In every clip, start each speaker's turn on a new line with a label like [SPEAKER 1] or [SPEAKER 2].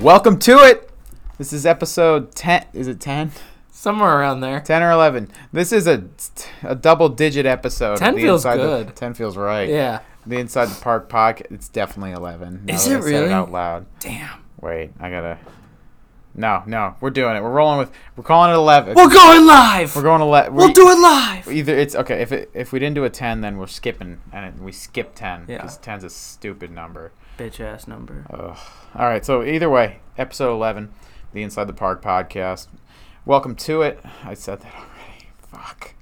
[SPEAKER 1] Welcome to it. This is episode 10. Is it 10?
[SPEAKER 2] Somewhere around there.
[SPEAKER 1] 10 or 11. This is a, a double digit episode. of
[SPEAKER 2] 10
[SPEAKER 1] the
[SPEAKER 2] feels
[SPEAKER 1] Inside the-
[SPEAKER 2] good.
[SPEAKER 1] 10 feels right.
[SPEAKER 2] Yeah.
[SPEAKER 1] The Inside the Park podcast. It's definitely 11. now
[SPEAKER 2] Is
[SPEAKER 1] that
[SPEAKER 2] it
[SPEAKER 1] I said
[SPEAKER 2] really?
[SPEAKER 1] out loud.
[SPEAKER 2] Damn.
[SPEAKER 1] Wait, I gotta. No, no. We're doing it. We're rolling with. We're calling it 11.
[SPEAKER 2] We're going live.
[SPEAKER 1] We're going to let.
[SPEAKER 2] we'll do it live.
[SPEAKER 1] Either it's okay if it, if we didn't do a ten, then we're skipping and it, we skip ten
[SPEAKER 2] Yeah.
[SPEAKER 1] because ten's a stupid number.
[SPEAKER 2] Bitch ass number.
[SPEAKER 1] Uh. All right, so either way, episode 11, the Inside the Park podcast. Welcome to it. I said that already. Fuck.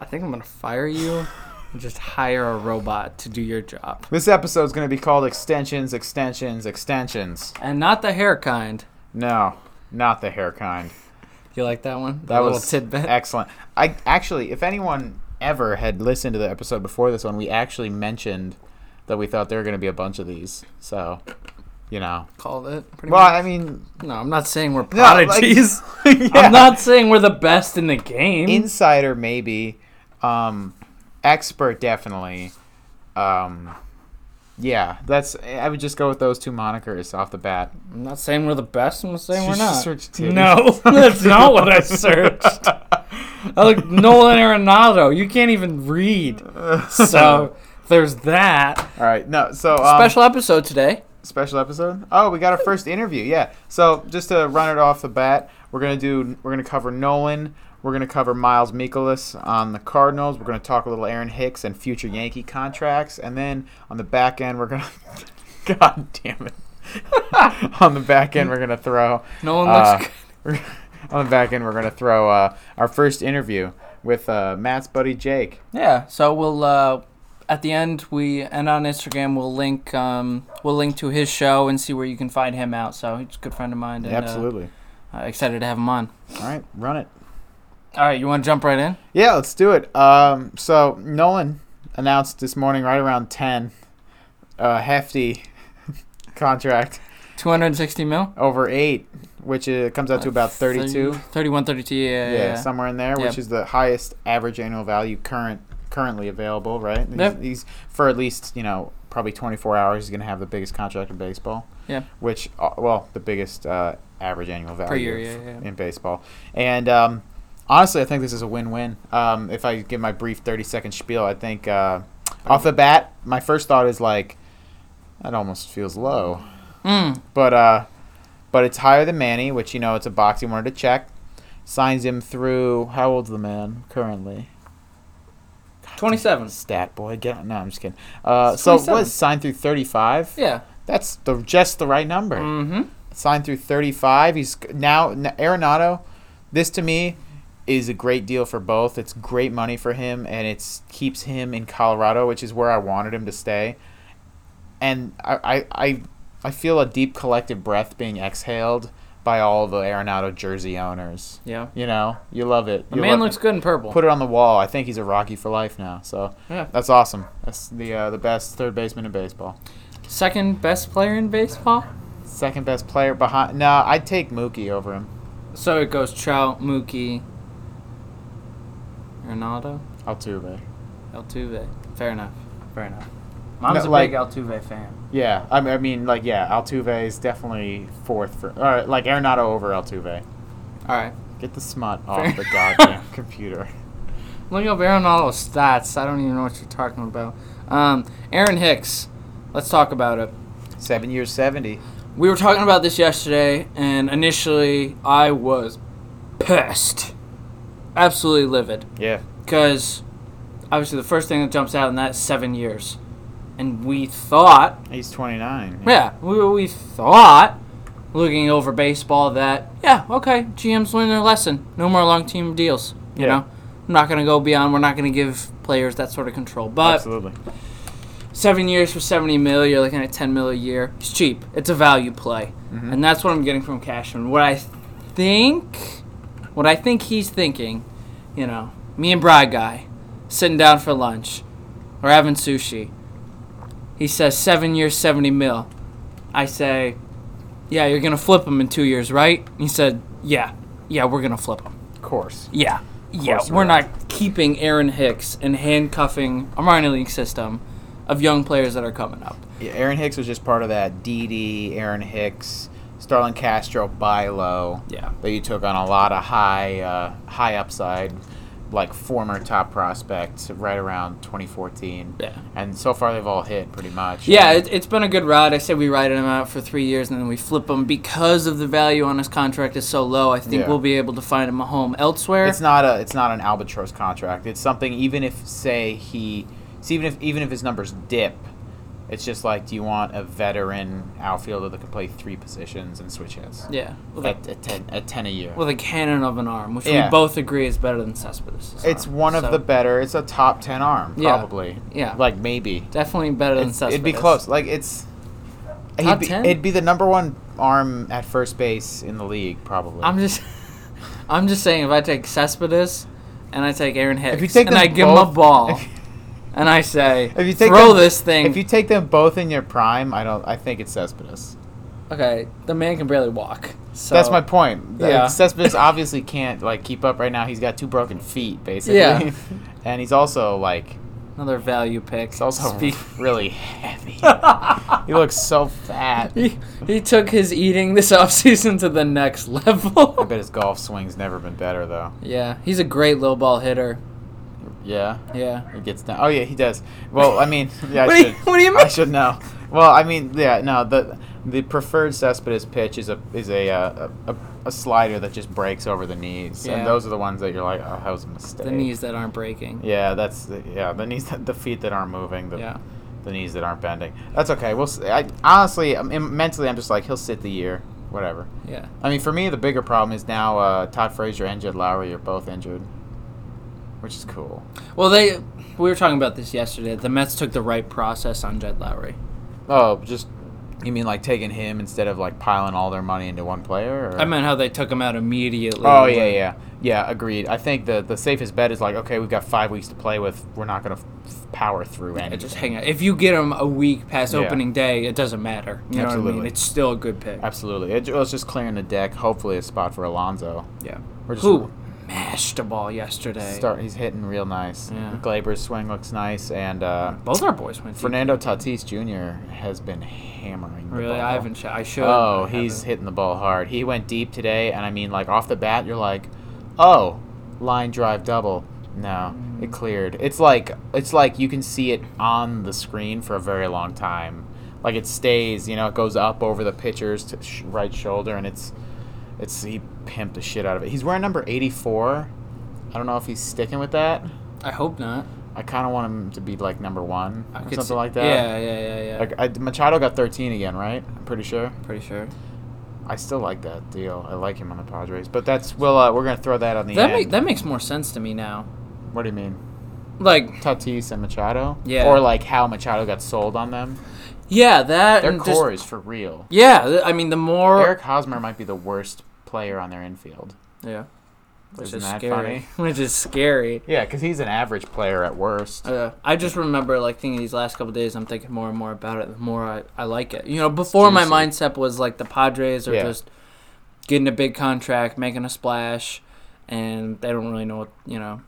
[SPEAKER 2] I think I'm gonna fire you. and Just hire a robot to do your job,
[SPEAKER 1] This episode's going to be called Extensions, Extensions, Extensions.
[SPEAKER 2] and not the hair kind.
[SPEAKER 1] No, not the hair kind.
[SPEAKER 2] You like that one? The
[SPEAKER 1] That
[SPEAKER 2] little
[SPEAKER 1] was
[SPEAKER 2] tidbit.
[SPEAKER 1] excellent. I actually, if anyone ever had listened to the episode before this one, we actually mentioned that we thought there were going to be a bunch of these. So, you know.
[SPEAKER 2] Called it. Pretty
[SPEAKER 1] Well,
[SPEAKER 2] much.
[SPEAKER 1] I mean,
[SPEAKER 2] No, I'm not saying we're
[SPEAKER 1] No, like-
[SPEAKER 2] prodigies.
[SPEAKER 1] yeah.
[SPEAKER 2] I'm not saying we're the best in the game.
[SPEAKER 1] insider maybe um expert definitely um yeah that's i would just go with those two monikers off the bat
[SPEAKER 2] I'm not saying we're the best. I'm saying we're
[SPEAKER 1] You
[SPEAKER 2] not.
[SPEAKER 1] searched titties.
[SPEAKER 2] No, that's not what I searched. I look Nolan Arenado. You can't even read. So there's that.
[SPEAKER 1] all right no so um,
[SPEAKER 2] Special episode today.
[SPEAKER 1] special episode oh we got our first interview yeah so just to run it off the bat we're gonna do we're gonna cover nolan we're gonna cover miles mikolas on the cardinals we're gonna talk a little aaron hicks and future yankee contracts and then on the back end we're gonna god damn it on the back end we're gonna throw
[SPEAKER 2] Nolan looks
[SPEAKER 1] Uh,
[SPEAKER 2] good.
[SPEAKER 1] on the back end, we're gonna throw uh, our first interview with uh, Matt's buddy Jake.
[SPEAKER 2] Yeah. So we'll uh, at the end we and on Instagram we'll link um, we'll link to his show and see where you can find him out. So he's a good friend of mine. And, uh,
[SPEAKER 1] Absolutely.
[SPEAKER 2] uh, excited to have him on.
[SPEAKER 1] All right, run it.
[SPEAKER 2] All right, you want to jump right in?
[SPEAKER 1] Yeah, let's do it. Um, so Nolan announced this morning, right around ten, a hefty contract
[SPEAKER 2] 260 mil.
[SPEAKER 1] over eight, which uh, comes out to about thirty-two.
[SPEAKER 2] 31, 32. Yeah. yeah,
[SPEAKER 1] yeah,
[SPEAKER 2] yeah.
[SPEAKER 1] somewhere in there, which
[SPEAKER 2] Yeah.
[SPEAKER 1] is the highest average annual value current currently available, right? He's,
[SPEAKER 2] Yep.
[SPEAKER 1] he's for at least you know probably 24 hours. He's going to have the biggest contract in baseball.
[SPEAKER 2] Yeah.
[SPEAKER 1] Which uh, well, the biggest uh, average annual value
[SPEAKER 2] year,
[SPEAKER 1] f-
[SPEAKER 2] yeah, yeah, yeah.
[SPEAKER 1] in baseball, and um, honestly, I think this is a win-win. Um, if I give my brief 30-second spiel, I think uh, off the bat, my first thought is like, that almost feels low,
[SPEAKER 2] Mm,
[SPEAKER 1] but uh, but it's higher than Manny, which you know it's a box he wanted to check signs him through how old's the man currently
[SPEAKER 2] 27.
[SPEAKER 1] stat boy get no i'm just kidding uh, so it
[SPEAKER 2] 27.
[SPEAKER 1] was signed through 35
[SPEAKER 2] Yeah.
[SPEAKER 1] that's the just the right number
[SPEAKER 2] Mm-hmm.
[SPEAKER 1] signed through 35 he's c- now n- arenado this to me is a great deal for both it's great money for him and it keeps him in colorado which is where i wanted him to stay and I, I, I, I feel a deep collective breath being exhaled by all the arenado jersey owners
[SPEAKER 2] Yeah.
[SPEAKER 1] You know, you love it.
[SPEAKER 2] The
[SPEAKER 1] You
[SPEAKER 2] man
[SPEAKER 1] love-
[SPEAKER 2] looks good in purple.
[SPEAKER 1] Put it on the wall. I think he's a Rocky for life now. So
[SPEAKER 2] Yeah.
[SPEAKER 1] that's awesome. That's the uh, the best third baseman in baseball.
[SPEAKER 2] Second best player in baseball.
[SPEAKER 1] Second best player behind. No, I'd take Mookie over him.
[SPEAKER 2] So it goes Trout, Mookie, Ronaldo,
[SPEAKER 1] Altuve.
[SPEAKER 2] Altuve. Fair enough. Fair enough. Mom's
[SPEAKER 1] No,
[SPEAKER 2] a
[SPEAKER 1] like-
[SPEAKER 2] big Altuve fan.
[SPEAKER 1] Yeah, I mean, I mean, like, yeah, Altuve is definitely fourth for, or like Arenado over Altuve.
[SPEAKER 2] All right.
[SPEAKER 1] Get the smut
[SPEAKER 2] Fair.
[SPEAKER 1] off the goddamn computer.
[SPEAKER 2] Look up Ronaldo's stats. I don't even know what you're talking about. Um, Aaron Hicks. Let's talk about it.
[SPEAKER 1] Seven years, seventy.
[SPEAKER 2] We were talking about this yesterday, and initially I was pissed, absolutely livid.
[SPEAKER 1] Yeah.
[SPEAKER 2] because obviously the first thing that jumps out in that is seven years, and we thought,
[SPEAKER 1] He's twenty nine.
[SPEAKER 2] yeah, we, we thought, looking over baseball, that yeah, okay, GM's learned their lesson. No more long team deals. You
[SPEAKER 1] Yeah.
[SPEAKER 2] know, I'm not gonna go beyond. We're not gonna give players that sort of control. But
[SPEAKER 1] Absolutely.
[SPEAKER 2] seven years for seventy mil, you're looking at ten mil a year. It's cheap. It's a value play, and that's what I'm getting from Cashman. What I think, what I think he's thinking, you know, me and Bride guy, sitting down for lunch, or having sushi. He says seven years, seventy mil. I say, yeah, you're gonna flip him in two years, right? He said, yeah, yeah, we're gonna flip him.
[SPEAKER 1] Of course.
[SPEAKER 2] Yeah. Yeah,
[SPEAKER 1] course we
[SPEAKER 2] we're
[SPEAKER 1] are.
[SPEAKER 2] not keeping Aaron Hicks and handcuffing a minor league system of young players that are coming up.
[SPEAKER 1] Yeah, Aaron Hicks was just part of that DD Aaron Hicks Starlin Castro buy low.
[SPEAKER 2] Yeah.
[SPEAKER 1] But you took on a lot of high uh, high upside, like former top prospects right around 2014.
[SPEAKER 2] Yeah.
[SPEAKER 1] And so far they've all hit pretty much.
[SPEAKER 2] Yeah, it, it's been a good ride. I said we ride him out for three years and then we flip him because of the value on his contract is so low. I think
[SPEAKER 1] Yeah.
[SPEAKER 2] we'll be able to find him a home elsewhere.
[SPEAKER 1] It's not a it's not an albatross contract. It's something even if say he it's even if even if his numbers dip, it's just like do you want a veteran outfielder that can play three positions and switch hits?
[SPEAKER 2] yeah, with a,
[SPEAKER 1] At, at ten at ten a year.
[SPEAKER 2] with a cannon of an arm, which
[SPEAKER 1] Yeah.
[SPEAKER 2] we both agree is better than Cespedes. is
[SPEAKER 1] It's
[SPEAKER 2] on.
[SPEAKER 1] one of
[SPEAKER 2] So,
[SPEAKER 1] the better. It's a top ten arm,
[SPEAKER 2] Yeah.
[SPEAKER 1] probably.
[SPEAKER 2] Yeah.
[SPEAKER 1] Like maybe.
[SPEAKER 2] definitely better than
[SPEAKER 1] It's-
[SPEAKER 2] Cespedes.
[SPEAKER 1] it'd be close. Like it's. he'd
[SPEAKER 2] Top
[SPEAKER 1] be-
[SPEAKER 2] 10?
[SPEAKER 1] It'd be the number one arm at first base in the league, probably.
[SPEAKER 2] I'm just, I'm just saying if I take Cespedes and I take Aaron Hicks
[SPEAKER 1] you take
[SPEAKER 2] and
[SPEAKER 1] them
[SPEAKER 2] I give him a
[SPEAKER 1] both-
[SPEAKER 2] ball and I say
[SPEAKER 1] if you take
[SPEAKER 2] throw
[SPEAKER 1] them-
[SPEAKER 2] this thing,
[SPEAKER 1] If you take them both in your prime, I don't. I think it's Cespedes.
[SPEAKER 2] okay, the man can barely walk. So
[SPEAKER 1] That's my point.
[SPEAKER 2] Yeah.
[SPEAKER 1] Yeah. Cespedes obviously can't like keep up right now. He's got two broken feet, basically.
[SPEAKER 2] Yeah.
[SPEAKER 1] and he's also like
[SPEAKER 2] another value pick.
[SPEAKER 1] he's also
[SPEAKER 2] Speak-
[SPEAKER 1] really heavy. he looks so fat.
[SPEAKER 2] He, he took his eating this offseason to the next
[SPEAKER 1] I
[SPEAKER 2] level.
[SPEAKER 1] bet his golf swing's never been better though.
[SPEAKER 2] yeah, he's a great low ball hitter.
[SPEAKER 1] Yeah.
[SPEAKER 2] Yeah.
[SPEAKER 1] He gets down. Oh yeah, he does. Well, I mean, yeah, I
[SPEAKER 2] What do you-
[SPEAKER 1] should.
[SPEAKER 2] what do you
[SPEAKER 1] I
[SPEAKER 2] mean?
[SPEAKER 1] should know. Well, I mean, yeah, no. The the preferred Cespedes pitch is a is a uh, a, a, a slider that just breaks over the knees,
[SPEAKER 2] Yeah.
[SPEAKER 1] and those are the ones that you're like, oh, that was a mistake.
[SPEAKER 2] The knees that aren't breaking.
[SPEAKER 1] Yeah, that's the- yeah the knees that the feet that aren't moving. The,
[SPEAKER 2] Yeah.
[SPEAKER 1] The knees that aren't bending. That's okay. We'll. s- I honestly, I'm, im- mentally, I'm just like he'll sit the year, whatever.
[SPEAKER 2] Yeah.
[SPEAKER 1] I mean, for me, the bigger problem is now uh, Todd Frazier and Jed Lowry are both injured, which is cool.
[SPEAKER 2] Well, they we were talking about this yesterday. The Mets took the right process on Jed Lowry.
[SPEAKER 1] Oh, just you mean like taking him instead of like piling all their money into one player? Or?
[SPEAKER 2] I meant how they took him out immediately.
[SPEAKER 1] Oh yeah, yeah, yeah. Agreed. I think the the safest bet is like, okay, we've got five weeks to play with. We're not gonna f- f- power through
[SPEAKER 2] Yeah,
[SPEAKER 1] anything.
[SPEAKER 2] Just hang out. If you get him a week past
[SPEAKER 1] Yeah.
[SPEAKER 2] opening day, it doesn't matter. You know what I mean?
[SPEAKER 1] Absolutely.
[SPEAKER 2] It's still a good pick.
[SPEAKER 1] Absolutely. It, it was just clearing the deck. Hopefully, a spot for Alonzo.
[SPEAKER 2] Yeah.
[SPEAKER 1] We're just-
[SPEAKER 2] Who mashed a ball yesterday?
[SPEAKER 1] Start. He's hitting real nice.
[SPEAKER 2] Yeah.
[SPEAKER 1] Glaber's swing looks nice, and uh,
[SPEAKER 2] Both our boys went. deep.
[SPEAKER 1] Fernando Tatis Jr. has been hammering. the
[SPEAKER 2] Really,
[SPEAKER 1] ball.
[SPEAKER 2] I haven't. Sh- I should.
[SPEAKER 1] Oh,
[SPEAKER 2] I
[SPEAKER 1] he's
[SPEAKER 2] haven't.
[SPEAKER 1] hitting the ball hard. He went deep today, and I mean, like off the bat, you're like, oh, line drive double. No,
[SPEAKER 2] Mm.
[SPEAKER 1] it cleared. It's like it's like you can see it on the screen for a very long time. Like it stays, you know, it goes up over the pitcher's t- sh- right shoulder, and it's it's he pimped the shit out of it. He's wearing number 84. I don't know if he's sticking with that.
[SPEAKER 2] I hope not.
[SPEAKER 1] I kind of want him to be like number one
[SPEAKER 2] I
[SPEAKER 1] or
[SPEAKER 2] could
[SPEAKER 1] something
[SPEAKER 2] see-
[SPEAKER 1] like that.
[SPEAKER 2] Yeah, yeah, yeah, yeah.
[SPEAKER 1] Like I, Machado got 13 again, right? I'm pretty sure.
[SPEAKER 2] Pretty sure.
[SPEAKER 1] I still like that deal. I like him on the Padres, but that's well. Uh, we're gonna throw that on the
[SPEAKER 2] That
[SPEAKER 1] end.
[SPEAKER 2] make, that makes more sense to me now.
[SPEAKER 1] what do you mean,
[SPEAKER 2] Like,
[SPEAKER 1] Tatis and Machado?
[SPEAKER 2] Yeah.
[SPEAKER 1] Or like how Machado got sold on them?
[SPEAKER 2] yeah, that
[SPEAKER 1] Their
[SPEAKER 2] and just-
[SPEAKER 1] core is for real.
[SPEAKER 2] yeah, th- I mean the more.
[SPEAKER 1] Eric Hosmer might be the worst player on their infield.
[SPEAKER 2] yeah, which
[SPEAKER 1] Isn't
[SPEAKER 2] is
[SPEAKER 1] that
[SPEAKER 2] scary.
[SPEAKER 1] funny?
[SPEAKER 2] Which is scary.
[SPEAKER 1] Yeah, because he's an average player at worst.
[SPEAKER 2] Uh, I just remember like thinking these last couple days. I'm thinking more and more about it. The more I, I like it. You know, before my
[SPEAKER 1] juicy.
[SPEAKER 2] mindset was like the Padres are
[SPEAKER 1] Yeah.
[SPEAKER 2] just getting a big contract, making a splash, and they don't really know what you know.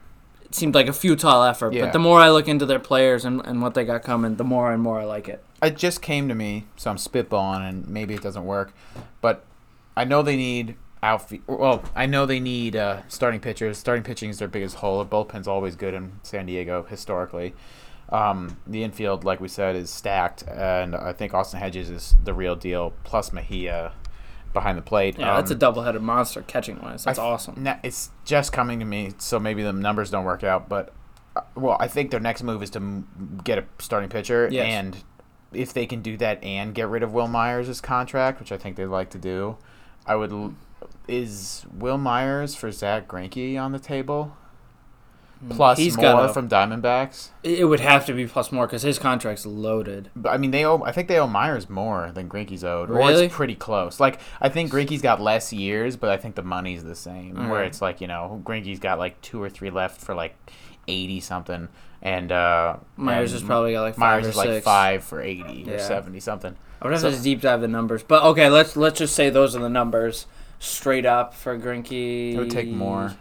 [SPEAKER 2] It seemed like a futile effort.
[SPEAKER 1] Yeah.
[SPEAKER 2] But the more I look into their players and, and what they got coming, the more and more I like it.
[SPEAKER 1] it just came to me, so I'm spitballing, and maybe it doesn't work. But I know they need outfield. Well, I know they need uh, starting pitchers. Starting pitching is their biggest hole. The bullpen's always good in San Diego historically. Um, the infield, like we said, is stacked, and I think Austin Hedges is the real deal. Plus Mejia behind the plate.
[SPEAKER 2] Yeah, that's a
[SPEAKER 1] Um,
[SPEAKER 2] double-headed monster catching wise. That's
[SPEAKER 1] I-
[SPEAKER 2] awesome.
[SPEAKER 1] na- it's just coming to me, so maybe the numbers don't work out. But uh, well, I think their next move is to m- get a starting pitcher,
[SPEAKER 2] Yes.
[SPEAKER 1] and if they can do that and get rid of Will Myers' contract, which I think they'd like to do, I would. L- is Will Myers for Zach Greinke on the table? Plus
[SPEAKER 2] Hmm, He's
[SPEAKER 1] more
[SPEAKER 2] gotta-
[SPEAKER 1] from Diamondbacks.
[SPEAKER 2] It would have to be plus more because his contract's loaded.
[SPEAKER 1] But, I mean, they owe. I think they owe Myers more than Greinke's owed. Or
[SPEAKER 2] Really?
[SPEAKER 1] it's pretty close. Like I think Greinke's got less years, but I think the money's the same.
[SPEAKER 2] All
[SPEAKER 1] Where
[SPEAKER 2] right.
[SPEAKER 1] it's like you know Greinke's got like two or three left for like eighty something, and uh,
[SPEAKER 2] Myers
[SPEAKER 1] and
[SPEAKER 2] has probably got like five
[SPEAKER 1] Myers
[SPEAKER 2] or
[SPEAKER 1] is like
[SPEAKER 2] six.
[SPEAKER 1] five for eighty
[SPEAKER 2] Yeah.
[SPEAKER 1] or seventy something.
[SPEAKER 2] I would have
[SPEAKER 1] So-
[SPEAKER 2] to deep dive the numbers, but okay, let's let's just say those are the numbers straight up for Grinky.
[SPEAKER 1] It would take more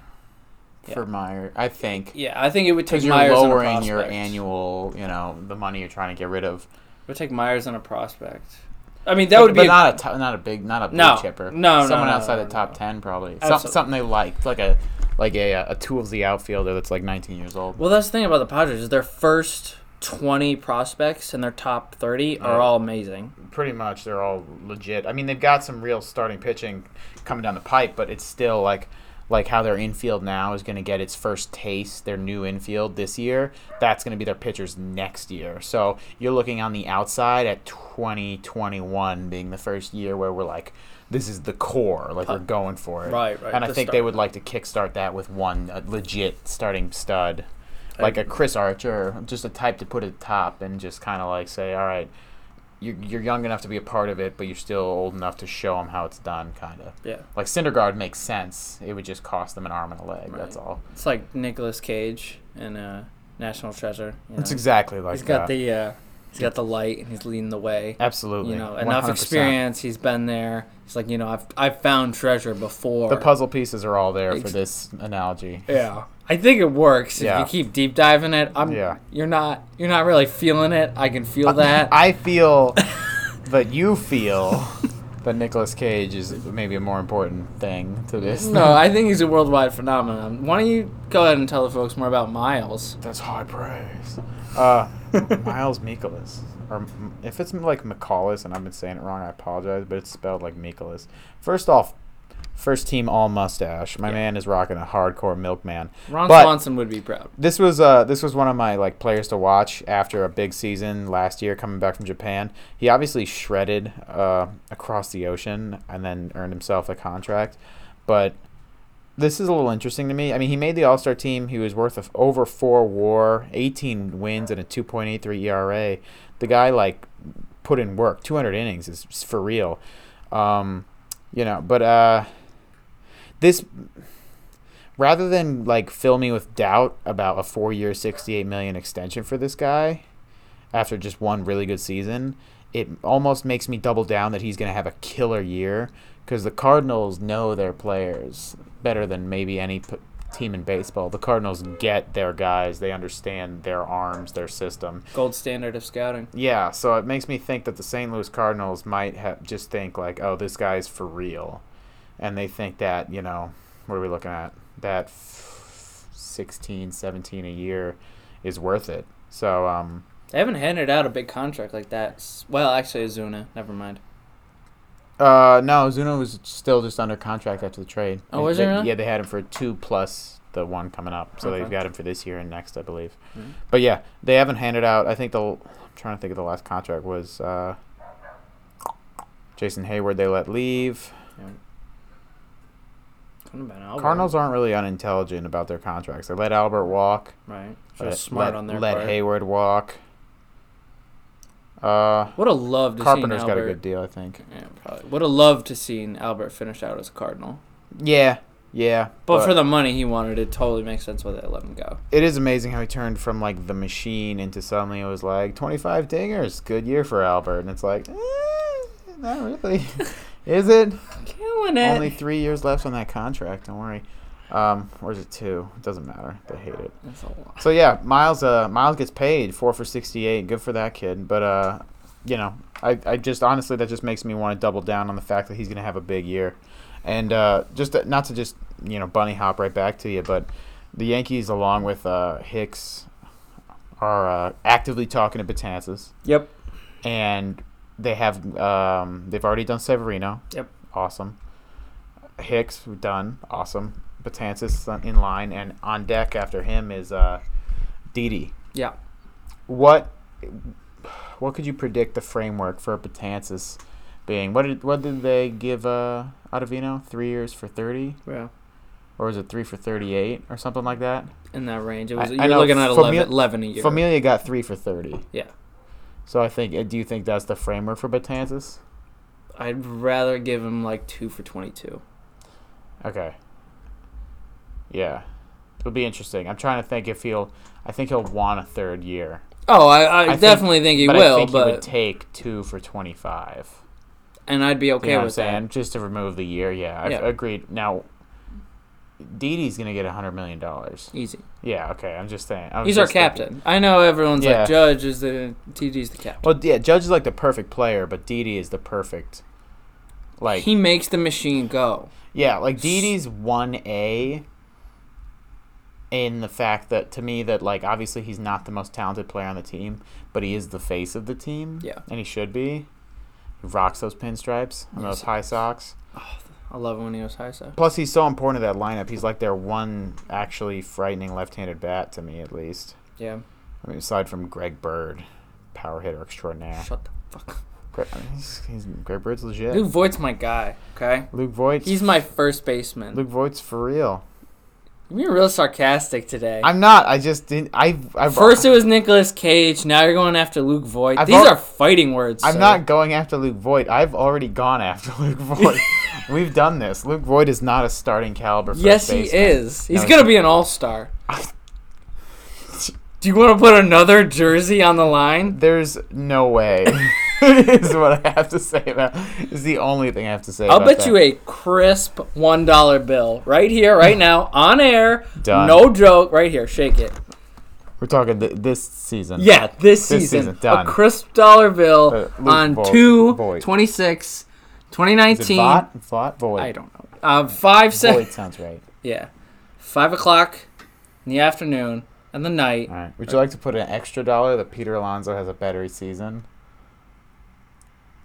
[SPEAKER 2] Yeah.
[SPEAKER 1] for Myers, I think.
[SPEAKER 2] Yeah, I think it would take
[SPEAKER 1] Because you're
[SPEAKER 2] Myers
[SPEAKER 1] lowering
[SPEAKER 2] and a
[SPEAKER 1] your
[SPEAKER 2] prospect.
[SPEAKER 1] annual, you know, the money you're trying to get rid of.
[SPEAKER 2] It would take Myers and a prospect. I mean, that would
[SPEAKER 1] but
[SPEAKER 2] be a-
[SPEAKER 1] not a top, not a big not a blue
[SPEAKER 2] No.
[SPEAKER 1] chipper.
[SPEAKER 2] No, no,
[SPEAKER 1] someone
[SPEAKER 2] no,
[SPEAKER 1] outside
[SPEAKER 2] no,
[SPEAKER 1] the
[SPEAKER 2] no,
[SPEAKER 1] top
[SPEAKER 2] no.
[SPEAKER 1] ten probably. Some,
[SPEAKER 2] Absolutely.
[SPEAKER 1] something they like, like a like a uh, a Toolsy outfielder that's like 19 years old.
[SPEAKER 2] Well, that's the thing about the Padres is their first 20 prospects and their top 30 are
[SPEAKER 1] Yeah.
[SPEAKER 2] all amazing.
[SPEAKER 1] Pretty much, they're all legit. I mean, they've got some real starting pitching coming down the pipe, but it's still like like how their infield now is going to get its first taste their new infield this year that's going to be their pitchers next year so you're looking on the outside at 2021 being the first year where we're like this is the core like we're going for it
[SPEAKER 2] Right, right,
[SPEAKER 1] and i
[SPEAKER 2] the
[SPEAKER 1] think
[SPEAKER 2] start.
[SPEAKER 1] they would like to kickstart that with one uh, legit starting stud like a chris archer just a type to put at the top and just kind of like say all right you're, you're young enough to be a part of it, but you're still old enough to show them how it's done, kind of.
[SPEAKER 2] Yeah.
[SPEAKER 1] Like Syndergaard makes sense. It would just cost them an arm and a leg. That's
[SPEAKER 2] Right.
[SPEAKER 1] all.
[SPEAKER 2] It's like Nicolas Cage and uh, National Treasure. You know?
[SPEAKER 1] It's exactly like
[SPEAKER 2] he's got
[SPEAKER 1] that.
[SPEAKER 2] the uh, he's got the light and he's leading the way.
[SPEAKER 1] absolutely
[SPEAKER 2] You know, enough
[SPEAKER 1] 100%.
[SPEAKER 2] experience. He's been there. He's like, you know, I've I've found treasure before.
[SPEAKER 1] The puzzle pieces are all there for
[SPEAKER 2] Ex-
[SPEAKER 1] this analogy.
[SPEAKER 2] Yeah. I think it works
[SPEAKER 1] Yeah.
[SPEAKER 2] if you keep deep diving it. I'm
[SPEAKER 1] Yeah.
[SPEAKER 2] you're not you're not really feeling it. I can feel that.
[SPEAKER 1] I feel that you feel that Nicolas Cage is maybe a more important thing to this.
[SPEAKER 2] no, I think he's a worldwide phenomenon. Why don't you go ahead and tell the folks more about Miles?
[SPEAKER 1] That's high praise. Uh, Miles Mikolas. Or m- if it's like Mikolas and I've been saying it wrong, I apologize, but it's spelled like Mikolas. First off, first team all mustache. My man is rocking a hardcore milkman.
[SPEAKER 2] Ron
[SPEAKER 1] But-
[SPEAKER 2] Swanson would be proud.
[SPEAKER 1] This was uh this was one of my like players to watch after a big season last year coming back from Japan. He obviously shredded uh across the ocean and then earned himself a contract, but this is a little interesting to me. I mean, he made the All Star team. He was worth of over four WAR, 18 wins, and a 2.83 ERA. E The guy like put in work. 200 innings is is for real. Um, you know, but uh, this rather than like fill me with doubt about a four-year, 68 million extension for this guy after just one really good season, it almost makes me double down that he's going to have a killer year because the Cardinals know their players better than maybe any p- team in baseball. The Cardinals get their guys, they understand their arms, their system.
[SPEAKER 2] Gold standard of scouting.
[SPEAKER 1] Yeah, so it makes me think that the St. Louis Cardinals might have just think like, oh, this guy's for real, and they think that you know what are we looking at that f- 16, 17 a year is worth it. So um,
[SPEAKER 2] They haven't handed out a big contract like that. S- Well, actually, Azuna. Never mind.
[SPEAKER 1] uh, no, Zuno was still just under contract after the trade.
[SPEAKER 2] Oh, was
[SPEAKER 1] They-
[SPEAKER 2] he really?
[SPEAKER 1] Yeah, they had him for two plus the one coming up, so they've
[SPEAKER 2] Okay.
[SPEAKER 1] got him for this year and next, I believe.
[SPEAKER 2] Mhm.
[SPEAKER 1] But yeah, they haven't handed out. I think the I'm trying to think of the last contract was uh, Jason Hayward. They let leave.
[SPEAKER 2] Couldn't have been Albert.
[SPEAKER 1] Cardinals aren't really unintelligent about their contracts. They let Albert walk.
[SPEAKER 2] Right. Should
[SPEAKER 1] Let,
[SPEAKER 2] have smart
[SPEAKER 1] let,
[SPEAKER 2] on their
[SPEAKER 1] let
[SPEAKER 2] part.
[SPEAKER 1] Hayward walk. Uh,
[SPEAKER 2] Would have loved to
[SPEAKER 1] Carpenter's
[SPEAKER 2] seen
[SPEAKER 1] got a
[SPEAKER 2] Albert.
[SPEAKER 1] good deal, I think.
[SPEAKER 2] Yeah, probably. Would have loved to seen Albert finish out as a Cardinal.
[SPEAKER 1] Yeah, yeah.
[SPEAKER 2] But, for the money he wanted, it totally makes sense why they let him go.
[SPEAKER 1] it is amazing how he turned from like the machine into suddenly it was like 25 dingers, good year for Albert, and it's like, eh, not really, is it?
[SPEAKER 2] Killing it.
[SPEAKER 1] Only three years left on that contract. Don't worry. Um, or is it two? It doesn't matter. They hate it.
[SPEAKER 2] That's a lot.
[SPEAKER 1] So yeah, Miles uh Miles gets paid four for sixty eight. Good for that kid. But uh, you know, I, I just honestly that just makes me want to double down on the fact that he's gonna have a big year, and uh, just to, not to just you know bunny hop right back to you, but the Yankees along with uh, Hicks are uh, actively talking to Batanzas,
[SPEAKER 2] Yep.
[SPEAKER 1] and they have um they've already done Severino.
[SPEAKER 2] Yep.
[SPEAKER 1] Awesome. Hicks done. Awesome. Batanzas in line, and on deck after him is uh, Didi
[SPEAKER 2] Yeah.
[SPEAKER 1] what what could you predict the framework for Batanzas being? What did what did they give uh Ottavino? Three years for thirty,
[SPEAKER 2] Yeah.
[SPEAKER 1] or was it three for thirty eight or something like that?
[SPEAKER 2] In that range, it was
[SPEAKER 1] I- I
[SPEAKER 2] you're
[SPEAKER 1] know,
[SPEAKER 2] looking at
[SPEAKER 1] Famil-
[SPEAKER 2] 11, 11 a year.
[SPEAKER 1] Familia got three for thirty.
[SPEAKER 2] Yeah.
[SPEAKER 1] So I think uh, do you think that's the framework for Batanzas?
[SPEAKER 2] I'd rather give him like two for twenty-two.
[SPEAKER 1] Okay. Yeah. It'll be interesting. I'm trying to think if he'll. I think he'll want a third year.
[SPEAKER 2] Oh, I, I,
[SPEAKER 1] think-
[SPEAKER 2] definitely think, he
[SPEAKER 1] but
[SPEAKER 2] will,
[SPEAKER 1] I think
[SPEAKER 2] but
[SPEAKER 1] he would take two for twenty five.
[SPEAKER 2] and I'd be okay
[SPEAKER 1] you know what I'm
[SPEAKER 2] with that.
[SPEAKER 1] saying? Just to remove the year, yeah, I've
[SPEAKER 2] Yeah.
[SPEAKER 1] agreed. Now, Didi's gonna get a hundred million dollars.
[SPEAKER 2] Easy.
[SPEAKER 1] Yeah, okay. I'm just saying. I was
[SPEAKER 2] He's our
[SPEAKER 1] just thinking-
[SPEAKER 2] captain. I know everyone's
[SPEAKER 1] Yeah.
[SPEAKER 2] like Judge is the TD's the captain.
[SPEAKER 1] Well, yeah, Judge is like the perfect player, but Didi is the perfect. Like
[SPEAKER 2] he makes the machine go.
[SPEAKER 1] yeah, like Didi's one A. In the fact that to me that like obviously he's not the most talented player on the team, but he is the face of the team.
[SPEAKER 2] Yeah.
[SPEAKER 1] and he should be. He rocks those pinstripes and
[SPEAKER 2] Yes,
[SPEAKER 1] those high socks.
[SPEAKER 2] I love it when he was high so.
[SPEAKER 1] Plus, he's so important to that lineup. He's like their one actually frightening left-handed bat to me, at least.
[SPEAKER 2] Yeah.
[SPEAKER 1] I mean, aside from Greg Bird, power hitter extraordinaire.
[SPEAKER 2] Shut the fuck. up.
[SPEAKER 1] Greg, I mean, he's, he's, Greg Bird's legit.
[SPEAKER 2] Luke Voigt's my guy. Okay.
[SPEAKER 1] Luke Voigt.
[SPEAKER 2] He's my first baseman.
[SPEAKER 1] Luke Voigt's for real.
[SPEAKER 2] You're real sarcastic today.
[SPEAKER 1] I'm not. I just didn't. I. I
[SPEAKER 2] First it was Nicolas Cage. Now you're going after Luke Voigt.
[SPEAKER 1] I've
[SPEAKER 2] These
[SPEAKER 1] al-
[SPEAKER 2] are fighting words.
[SPEAKER 1] I'm
[SPEAKER 2] sir.
[SPEAKER 1] not going after Luke Voigt. I've already gone after Luke Voigt. We've done this. Luke Voigt is not a starting caliber. First
[SPEAKER 2] Yes, he
[SPEAKER 1] baseman.
[SPEAKER 2] is. He's
[SPEAKER 1] No,
[SPEAKER 2] gonna be an all star. Do you want to put another jersey on the line?
[SPEAKER 1] There's no way. is what I have to say about. Is the only thing I have to say.
[SPEAKER 2] I'll
[SPEAKER 1] about
[SPEAKER 2] bet
[SPEAKER 1] that.
[SPEAKER 2] you a crisp one dollar bill right here, right now, on air.
[SPEAKER 1] Done.
[SPEAKER 2] No joke, right here. Shake it.
[SPEAKER 1] We're talking th- this season.
[SPEAKER 2] Yeah, this,
[SPEAKER 1] This
[SPEAKER 2] season,
[SPEAKER 1] season, done.
[SPEAKER 2] a crisp dollar bill
[SPEAKER 1] Uh, Luke
[SPEAKER 2] on
[SPEAKER 1] Voigt-
[SPEAKER 2] two
[SPEAKER 1] Voigt.
[SPEAKER 2] 26,
[SPEAKER 1] Is it
[SPEAKER 2] 2019.
[SPEAKER 1] Vought? Vought? Voigt.
[SPEAKER 2] I don't know. Uh, five
[SPEAKER 1] Voigt
[SPEAKER 2] seconds.
[SPEAKER 1] sounds right.
[SPEAKER 2] Yeah, five o'clock in the afternoon and the night.
[SPEAKER 1] All right. Would you like to put an extra dollar that Peter Alonso has a better season?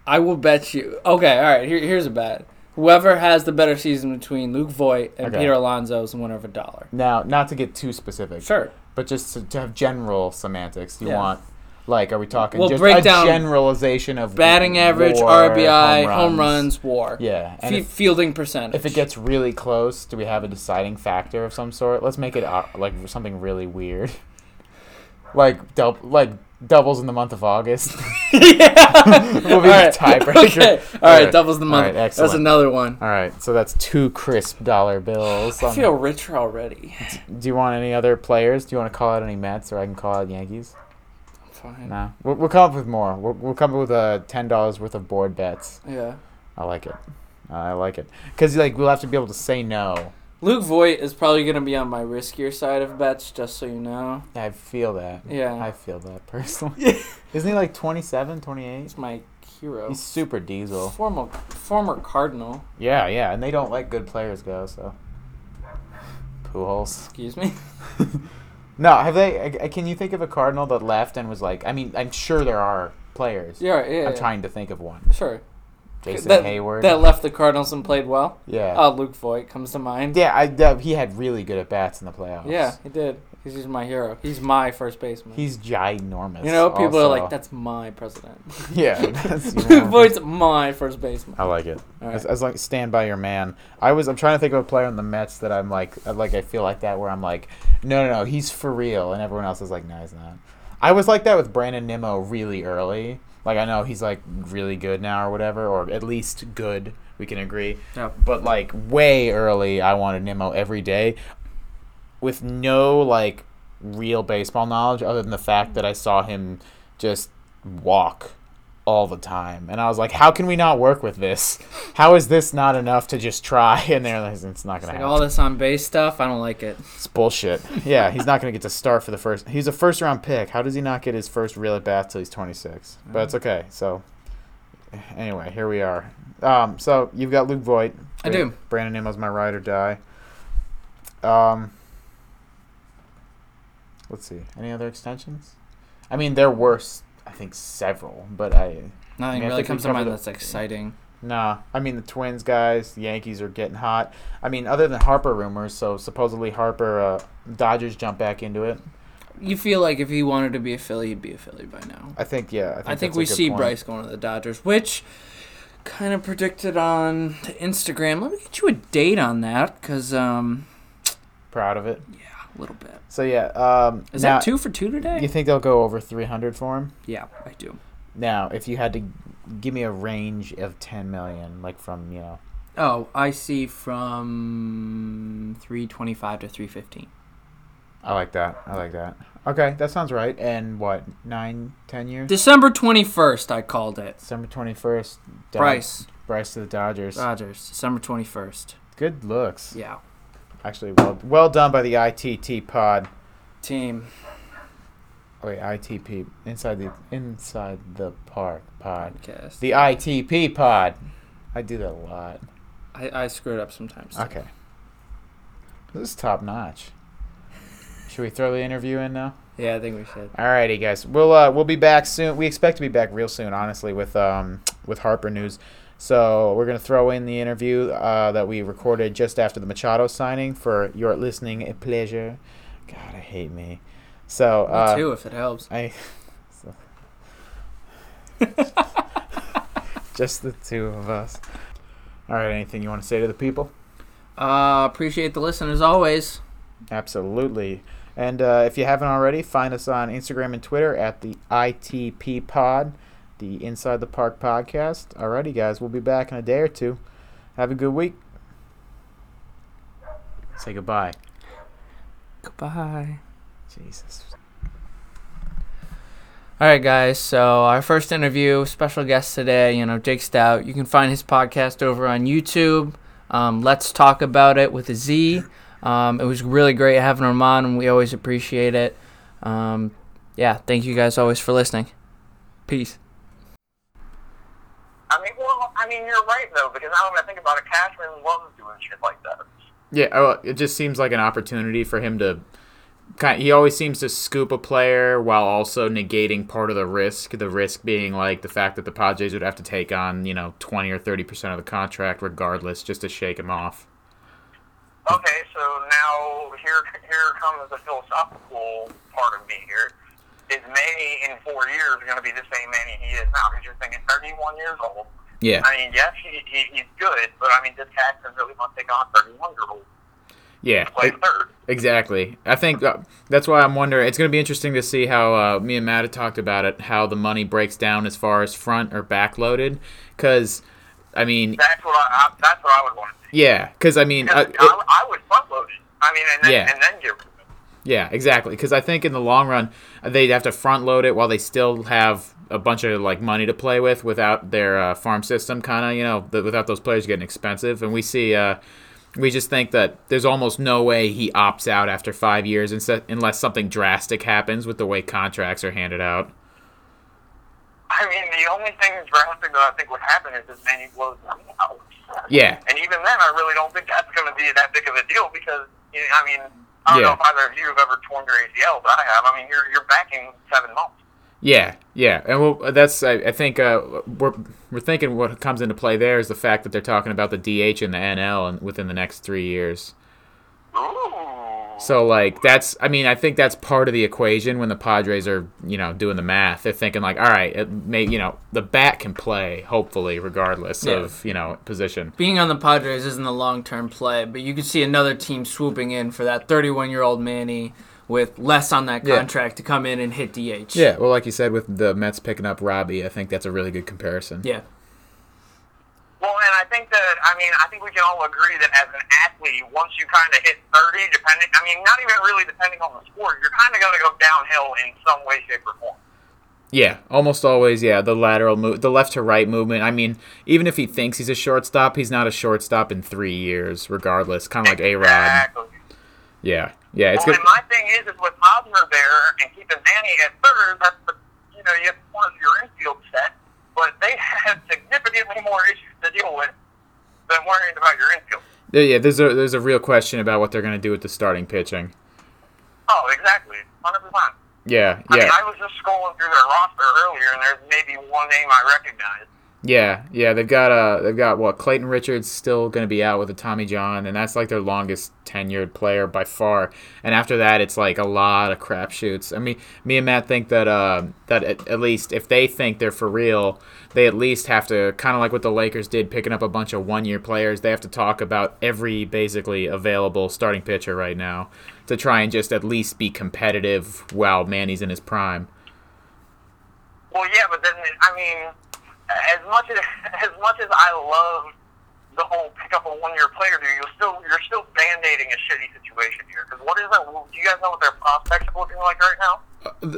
[SPEAKER 2] I will bet you. Okay, all right. Here, here's a bet. Whoever has the better season between Luke Voigt and
[SPEAKER 1] Okay.
[SPEAKER 2] Peter Alonso is the winner of a dollar.
[SPEAKER 1] Now, not to get too specific.
[SPEAKER 2] Sure.
[SPEAKER 1] But just to, to have general semantics, you
[SPEAKER 2] Yeah.
[SPEAKER 1] want like are we talking
[SPEAKER 2] We'll
[SPEAKER 1] just
[SPEAKER 2] break
[SPEAKER 1] a
[SPEAKER 2] down
[SPEAKER 1] generalization of
[SPEAKER 2] Batting average,
[SPEAKER 1] war,
[SPEAKER 2] RBI, home runs, WAR.
[SPEAKER 1] Yeah, and
[SPEAKER 2] Fe-
[SPEAKER 1] if,
[SPEAKER 2] fielding percentage.
[SPEAKER 1] if it gets really close, do we have a deciding factor of some sort? Let's make it uh, like something really weird, like dub- like doubles in the month of August.
[SPEAKER 2] yeah.
[SPEAKER 1] We'll be the tiebreaker.
[SPEAKER 2] Okay. All
[SPEAKER 1] All
[SPEAKER 2] right,
[SPEAKER 1] right.
[SPEAKER 2] Doubles the
[SPEAKER 1] All
[SPEAKER 2] money.
[SPEAKER 1] right,
[SPEAKER 2] That's
[SPEAKER 1] excellent.
[SPEAKER 2] another one.
[SPEAKER 1] All right, so that's two crisp dollar bills.
[SPEAKER 2] I
[SPEAKER 1] on-
[SPEAKER 2] feel richer already.
[SPEAKER 1] do you want any other players? Do you want to call out any Mets or I can call out Yankees?
[SPEAKER 2] Fine.
[SPEAKER 1] No, we'll, we'll come up with more. We'll, we'll come up with uh, ten dollars worth of board bets.
[SPEAKER 2] Yeah.
[SPEAKER 1] I like it. I like it because like we'll have to be able to say no.
[SPEAKER 2] Luke Voigt is probably gonna be on my riskier side of bets, just so you know.
[SPEAKER 1] I feel that.
[SPEAKER 2] Yeah.
[SPEAKER 1] I feel that personally. Isn't he like 27, 28?
[SPEAKER 2] He's my hero.
[SPEAKER 1] He's super diesel.
[SPEAKER 2] Former former Cardinal.
[SPEAKER 1] Yeah, yeah, and they don't let good players go. So, Pujols.
[SPEAKER 2] Excuse me.
[SPEAKER 1] No, have they? I- I- Can you think of a Cardinal that left and was like? I mean, I'm sure there are players.
[SPEAKER 2] Yeah. Yeah.
[SPEAKER 1] I'm
[SPEAKER 2] yeah.
[SPEAKER 1] trying to think of one.
[SPEAKER 2] Sure.
[SPEAKER 1] Jason
[SPEAKER 2] that,
[SPEAKER 1] Hayward.
[SPEAKER 2] That left the Cardinals and played well.
[SPEAKER 1] yeah.
[SPEAKER 2] Uh, Luke Voigt comes to mind.
[SPEAKER 1] yeah, I, that, he had really good at bats in the playoffs.
[SPEAKER 2] Yeah, he did. He's just my hero. He's my first baseman.
[SPEAKER 1] He's ginormous.
[SPEAKER 2] you know, people are like,
[SPEAKER 1] also.
[SPEAKER 2] that's my president.
[SPEAKER 1] Yeah. That's
[SPEAKER 2] Luke
[SPEAKER 1] enormous.
[SPEAKER 2] Voigt's my first baseman.
[SPEAKER 1] I like it.
[SPEAKER 2] All
[SPEAKER 1] As,
[SPEAKER 2] right.
[SPEAKER 1] as like stand by your man. I was I'm trying to think of a player in the Mets that I'm like uh, like I feel like that where I'm like no no no he's for real and everyone else is like no he's not. I was like that with Brandon Nimmo really early. Like I know he's like really good now or whatever or at least good we can agree.
[SPEAKER 2] Yeah.
[SPEAKER 1] But like way early I wanted Nimmo every day with no like real baseball knowledge other than the fact that I saw him just walk all the time. And I was like, how can we not work with this? How is this not enough to just try? And they're like, it's not going to
[SPEAKER 2] Like oh,
[SPEAKER 1] happen.
[SPEAKER 2] all this on base stuff, I don't like it.
[SPEAKER 1] it's bullshit. Yeah, he's not going to get to start for the first. He's a first round pick. How does he not get his first real at bat till he's 26? But it's okay. So, anyway, here we are. Um, so you've got Luke Voigt.
[SPEAKER 2] I do.
[SPEAKER 1] Brandon Nimmo's my ride or die. Um, let's see. Any other extensions? I mean, there were, s- I think, several, but I.
[SPEAKER 2] Nothing
[SPEAKER 1] I
[SPEAKER 2] really
[SPEAKER 1] think we
[SPEAKER 2] comes to
[SPEAKER 1] covered
[SPEAKER 2] mind
[SPEAKER 1] the-
[SPEAKER 2] that's exciting.
[SPEAKER 1] Nah, I mean the Twins guys, the Yankees are getting hot. I mean, other than Harper rumors, so supposedly Harper uh, Dodgers jump back into it.
[SPEAKER 2] You feel like if he wanted to be a Philly, he'd be a Philly by now.
[SPEAKER 1] I think yeah. I think,
[SPEAKER 2] I think
[SPEAKER 1] that's a
[SPEAKER 2] we
[SPEAKER 1] good
[SPEAKER 2] see
[SPEAKER 1] point.
[SPEAKER 2] Bryce going to the Dodgers, which kind of predicted on the Instagram. Let me get you a date on that, because, um,
[SPEAKER 1] proud of it.
[SPEAKER 2] yeah, a little bit.
[SPEAKER 1] So yeah, um,
[SPEAKER 2] Is
[SPEAKER 1] now,
[SPEAKER 2] that two for two today?
[SPEAKER 1] You think they'll go over three hundred for him?
[SPEAKER 2] yeah, I do.
[SPEAKER 1] Now, if you had to give me a range of ten million, like from you know,
[SPEAKER 2] Oh, I see from 325 to 315.
[SPEAKER 1] I like that. I like that. Okay, that sounds right. And what nine, ten years?
[SPEAKER 2] December 21st, I called it.
[SPEAKER 1] December twenty first.
[SPEAKER 2] Bryce,
[SPEAKER 1] Bryce to the Dodgers.
[SPEAKER 2] Dodgers, December 21st.
[SPEAKER 1] Good looks.
[SPEAKER 2] Yeah.
[SPEAKER 1] Actually, well, well done by the ITT pod.
[SPEAKER 2] Team.
[SPEAKER 1] Oh, wait, ITP inside the inside the park pod.
[SPEAKER 2] Podcast.
[SPEAKER 1] The ITP pod. I do that a lot.
[SPEAKER 2] I, I screw it up sometimes.
[SPEAKER 1] Okay. This is top notch. Should we throw the interview in now?
[SPEAKER 2] Yeah, I think we should.
[SPEAKER 1] Alrighty, guys. We'll uh, we'll be back soon. We expect to be back real soon, honestly, with um with Harper News. So we're gonna throw in the interview uh, that we recorded just after the Machado signing for your listening pleasure. God, I hate me. So uh,
[SPEAKER 2] Me too, if it helps.
[SPEAKER 1] I. so- just the two of us. All right. Anything you want to say to the people?
[SPEAKER 2] Uh, appreciate the listen as always.
[SPEAKER 1] Absolutely. And uh, if you haven't already, find us on Instagram and Twitter at the ITP Pod, the Inside the Park podcast. Alrighty, guys, we'll be back in a day or two. Have a good week. Say goodbye.
[SPEAKER 2] Goodbye.
[SPEAKER 1] Jesus.
[SPEAKER 2] All right, guys. So our first interview, special guest today. You know, Jake Stout. You can find his podcast over on YouTube. Um, Let's talk about it with a Z. Um, it was really great having him on, and we always appreciate it. Um, yeah, thank you guys always for listening. Peace.
[SPEAKER 3] I mean, well, I mean, you're right though, because now when I think about it, Cashman loves doing shit like that.
[SPEAKER 1] Yeah, oh, it just seems like an opportunity for him to kind. he always seems to scoop a player while also negating part of the risk. The risk being like the fact that the Padres would have to take on you know twenty or thirty percent of the contract regardless, just to shake him off.
[SPEAKER 3] Okay, so now here, here comes the philosophical part of me here. Is Manny in four years going to be the same Manny he is now? Because you're thinking 31 years old.
[SPEAKER 1] Yeah,
[SPEAKER 3] I mean, yes, he, he, he's good, but I mean, does Cashman really want to take on a 31 year old
[SPEAKER 1] yeah,
[SPEAKER 3] to play
[SPEAKER 1] e-
[SPEAKER 3] third?
[SPEAKER 1] exactly. I think uh, that's why I'm wondering. It's going to be interesting to see how uh, me and Matt had talked about it, how the money breaks down as far as front or back loaded. Because, I mean,
[SPEAKER 3] That's what I, I that's what I would want to see.
[SPEAKER 1] yeah, because I mean, uh,
[SPEAKER 3] Because
[SPEAKER 1] it-
[SPEAKER 3] I, I would front load it. I mean, and then,
[SPEAKER 1] Yeah.
[SPEAKER 3] and then get rid of it.
[SPEAKER 1] Yeah, exactly. Because I think in the long run, uh, they'd have to front load it while they still have a bunch of like money to play with without their uh, farm system, kind of you know, th- without those players getting expensive. And we see, uh, we just think that there's almost no way he opts out after five years, inse- unless something drastic happens with the way contracts are handed out.
[SPEAKER 3] I mean, the only thing drastic that I think would happen is if Manny blows them out.
[SPEAKER 1] Yeah,
[SPEAKER 3] And even then, I really don't think that's going to be that big of a deal because, you know, I mean, I don't
[SPEAKER 1] Yeah.
[SPEAKER 3] know if either of you have ever torn your ACL, but I have. I mean, you're, you're backing seven months.
[SPEAKER 1] Yeah, yeah, and well, that's I, I think uh, we're we're thinking what comes into play there is the fact that they're talking about the DH and the NL and within the next three years.
[SPEAKER 3] Ooh.
[SPEAKER 1] So like that's I mean I think that's part of the equation when the Padres are you know doing the math they're thinking like all right it may you know the bat can play hopefully regardless
[SPEAKER 2] Yeah.
[SPEAKER 1] of you know position
[SPEAKER 2] Being on the Padres isn't a long term play, but you could see another team swooping in for that 31 year old Manny with less on that
[SPEAKER 1] Yeah.
[SPEAKER 2] contract to come in and hit DH.
[SPEAKER 1] yeah well like you said with the Mets picking up Robbie I think that's a really good comparison
[SPEAKER 2] Yeah.
[SPEAKER 3] Well, and I think that, I mean, I think we can all agree that as an athlete, once you kind of hit 30, depending, I mean, not even really depending on the sport, you're kind of going to go downhill in some way, shape, or form.
[SPEAKER 1] yeah almost always yeah the lateral move the left to right movement I mean even if he thinks he's a shortstop he's not a shortstop in three years regardless kind of like A Rod
[SPEAKER 3] Exactly.
[SPEAKER 1] yeah yeah it's good
[SPEAKER 3] well, and my thing is, is with Hosmer there and keeping Manny at third, that's the, you know, you have one of your infield set, but they had significantly more issues to deal with than worrying about your infield.
[SPEAKER 1] yeah yeah there's a there's a real question about what they're gonna do with the starting pitching
[SPEAKER 3] Oh, exactly, hundred percent.
[SPEAKER 1] yeah
[SPEAKER 3] I mean,
[SPEAKER 1] yeah.
[SPEAKER 3] I was just scrolling through their roster earlier, and there's maybe one name I recognize.
[SPEAKER 1] Yeah, yeah, they've got uh, they've got what Clayton Richards still going to be out with a Tommy John, and that's like their longest tenured player by far. And after that, it's like a lot of crapshoots. I mean, me and Matt think that uh, that at, at least if they think they're for real, they at least have to kind of like what the Lakers did, picking up a bunch of one year players. They have to talk about every basically available starting pitcher right now to try and just at least be competitive while Manny's in his prime.
[SPEAKER 3] Well, yeah, but then I mean, as much as as much as I love the whole pick up a one year player, dude, you're still you're still band aiding a shitty situation here. Because what is that? Do you guys know what their prospects are looking like right now?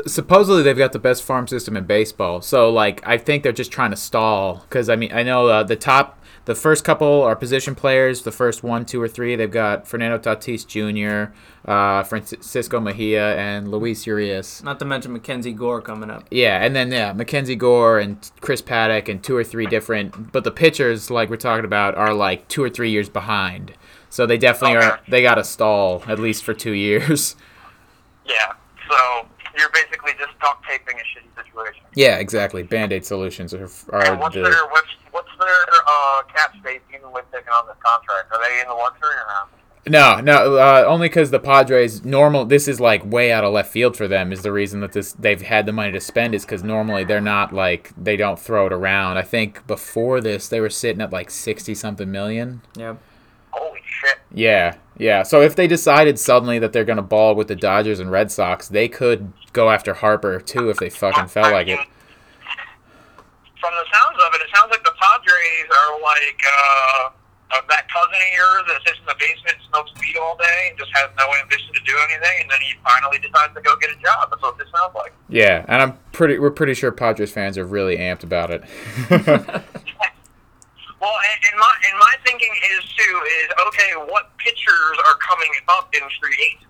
[SPEAKER 1] supposedly they've got the best farm system in baseball. So like I think they're just trying to stall because I mean I know uh, the top The first couple are position players. The first one, two, or three, they've got Fernando Tatis Jr., uh, Francisco Mejia, and Luis Urias.
[SPEAKER 2] Not to mention Mackenzie Gore coming up.
[SPEAKER 1] Yeah, and then yeah, Mackenzie Gore and Chris Paddock and two or three different. But the pitchers, like we're talking about, are like two or three years behind. So they definitely are. They got to stall at least for two years.
[SPEAKER 3] Yeah. So you're basically just duct taping a shitty situation.
[SPEAKER 1] Yeah, exactly. Band aid solutions are. are
[SPEAKER 3] and what's
[SPEAKER 1] the-
[SPEAKER 3] their what's, what's their uh, cap space even with taking on this contract? Are they in the luxury or not?
[SPEAKER 1] No, no, uh, only because the Padres normal. This is like way out of left field for them. Is the reason that this they've had the money to spend is because normally they're not like they don't throw it around. I think before this they were sitting at like sixty something million.
[SPEAKER 2] Yep.
[SPEAKER 3] Holy shit!
[SPEAKER 1] Yeah, yeah. So if they decided suddenly that they're gonna ball with the Dodgers and Red Sox, they could go after Harper too if they fucking felt like it.
[SPEAKER 3] From the sounds of it, it sounds like the Padres are like uh, uh, that cousin of yours that sits in the basement, and smokes weed all day, and just has no ambition to do anything, and then he finally decides to go get a job. That's what this sounds like.
[SPEAKER 1] Yeah, and I'm pretty. We're pretty sure Padres fans are really amped about it.
[SPEAKER 3] Well, and, and my and my thinking is too is okay. What pitchers are coming up in free agency?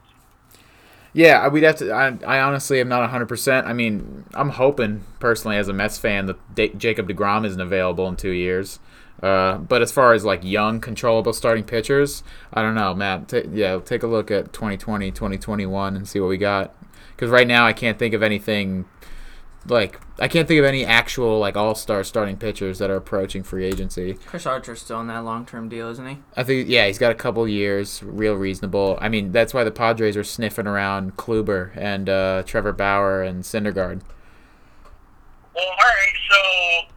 [SPEAKER 1] Yeah, I- we'd have to. I, I honestly am not 100%. I mean, I'm hoping, personally, as a Mets fan, that D- Jacob DeGrom isn't available in two years. Uh, but as far as like young, controllable starting pitchers, I don't know, Matt. T- yeah, take a look at 2020, 2021 and see what we got. Because right now, I can't think of anything like, I can't think of any actual like all star starting pitchers that are approaching free agency.
[SPEAKER 2] Chris Archer's still on that long term deal, isn't he?
[SPEAKER 1] I think yeah, he's got a couple years, real reasonable. I mean, that's why the Padres are sniffing around Kluber and uh, Trevor Bauer and Syndergaard.
[SPEAKER 3] Well, all right. So,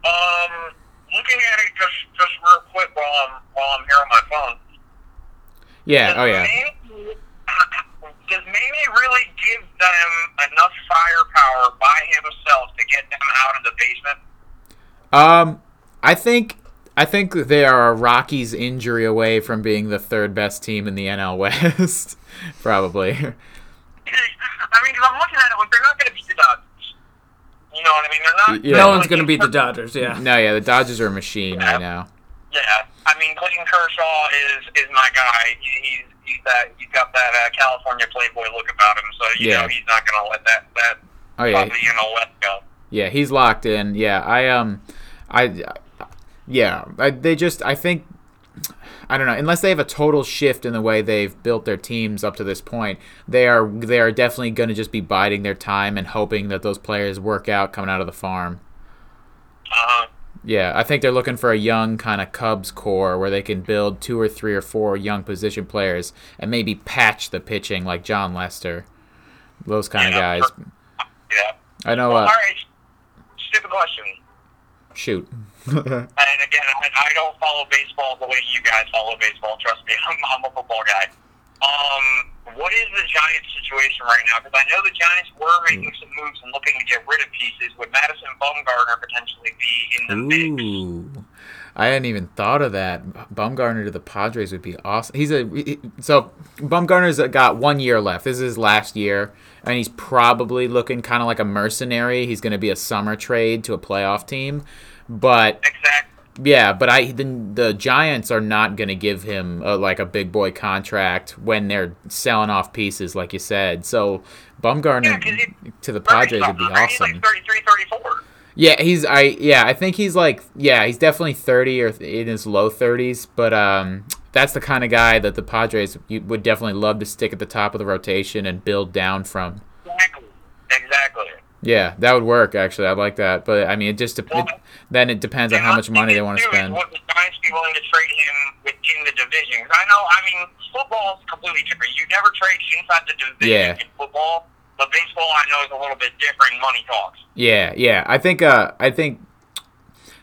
[SPEAKER 3] um, looking at it just just real quick while I'm while I'm here on my phone.
[SPEAKER 1] Yeah, oh yeah,
[SPEAKER 3] Mamie- Does Mamie really give them enough firepower by himself to get them out of the basement?
[SPEAKER 1] Um, I think I think they are a Rockies injury away from being the third best team in the NL West, probably.
[SPEAKER 3] I mean, because I'm looking at it, like, they're not going to beat the Dodgers. You know what I mean? They're not.
[SPEAKER 1] Yeah.
[SPEAKER 3] they're
[SPEAKER 2] No
[SPEAKER 3] not
[SPEAKER 2] one's
[SPEAKER 3] like-
[SPEAKER 2] gonna beat the Dodgers. Yeah.
[SPEAKER 1] No, yeah, the Dodgers are a machine right now.
[SPEAKER 3] Yeah, I mean Clayton Kershaw is is my guy. He, he's he's that he's got that uh, California playboy look about him, so you
[SPEAKER 1] Yeah.
[SPEAKER 3] know he's not gonna let that that
[SPEAKER 1] Oh yeah,
[SPEAKER 3] probably you know let go.
[SPEAKER 1] Yeah, he's locked in. Yeah, I um, I, yeah, I, they just I think I don't know unless they have a total shift in the way they've built their teams up to this point. They are they are definitely going to just be biding their time and hoping that those players work out coming out of the farm.
[SPEAKER 3] Uh,
[SPEAKER 1] Yeah, I think they're looking for a young kind of Cubs core where they can build two or three or four young position players and maybe patch the pitching like John Lester, those kind of
[SPEAKER 3] Yeah.
[SPEAKER 1] guys.
[SPEAKER 3] yeah.
[SPEAKER 1] I know.
[SPEAKER 3] All
[SPEAKER 1] Uh,
[SPEAKER 3] right. Stupid question.
[SPEAKER 1] shoot.
[SPEAKER 3] And again, I, I don't follow baseball the way you guys follow baseball. Trust me, I'm, I'm a football guy. Um, what is the Giants' situation right now? Because I know the Giants were making some moves and looking to get rid of pieces. Would Madison Bumgarner potentially be in the mix?
[SPEAKER 1] Ooh. I hadn't even thought of that. Bumgarner to the Padres would be awesome. He's a he- so Bumgarner's got one year left. This is his last year, and he's probably looking kind of like a mercenary. He's going to be a summer trade to a playoff team, but
[SPEAKER 3] Exactly.
[SPEAKER 1] yeah, but I the, the Giants are not going to give him a, like a big boy contract when they're selling off pieces, like you said. So
[SPEAKER 3] Yeah,
[SPEAKER 1] Bumgarner
[SPEAKER 3] 'cause he-
[SPEAKER 1] to the Padres would be
[SPEAKER 3] something, right? He's
[SPEAKER 1] awesome.
[SPEAKER 3] like 33, 34.
[SPEAKER 1] Yeah, he's I yeah, I think he's like yeah, he's definitely 30 or th- in his low 30s, but um that's the kind of guy that the Padres you would definitely love to stick at the top of the rotation and build down from.
[SPEAKER 3] Exactly. Exactly.
[SPEAKER 1] Yeah, that would work actually. I like that, but I mean it just dep- it- then it depends on
[SPEAKER 3] And
[SPEAKER 1] how
[SPEAKER 3] I'm
[SPEAKER 1] much money they
[SPEAKER 3] thinking,
[SPEAKER 1] want to
[SPEAKER 3] too, is
[SPEAKER 1] spend.
[SPEAKER 3] Would the Giants be willing to trade him within the division? 'Cause I know, I mean, football is completely different. You never trade inside the division
[SPEAKER 1] Yeah.
[SPEAKER 3] in football, but baseball, I know, is a little bit different. Money talks.
[SPEAKER 1] Yeah, yeah. I think uh I think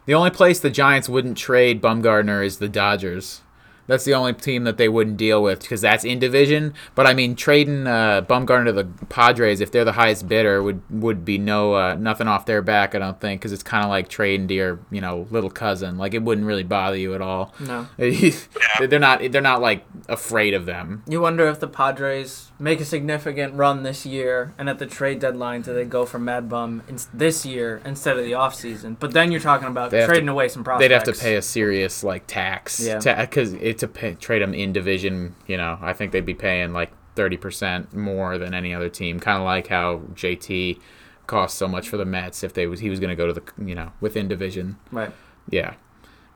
[SPEAKER 1] the only place the Giants wouldn't trade Bumgarner is the Dodgers. That's the only team that they wouldn't deal with because that's in division. But I mean, trading uh, Bumgarner to the Padres if they're the highest bidder would would be no uh, nothing off their back. I don't think because it's kind of like trading to your you know little cousin. Like it wouldn't really bother you at all.
[SPEAKER 2] No.
[SPEAKER 1] they're not they're not like afraid of them.
[SPEAKER 2] You wonder if the Padres make a significant run this year, and at the trade deadline, do they go for Mad Bum in- this year instead of the offseason? But then you're talking about
[SPEAKER 1] They have
[SPEAKER 2] trading
[SPEAKER 1] to-
[SPEAKER 2] away some prospects.
[SPEAKER 1] They'd have to pay a serious like tax,
[SPEAKER 2] Yeah.
[SPEAKER 1] because it's a pay, trade them in division. You know, I think they'd be paying like thirty percent more than any other team. Kind of like how JT cost so much for the Mets if they was he was going to go to the you know within division.
[SPEAKER 2] Right.
[SPEAKER 1] Yeah,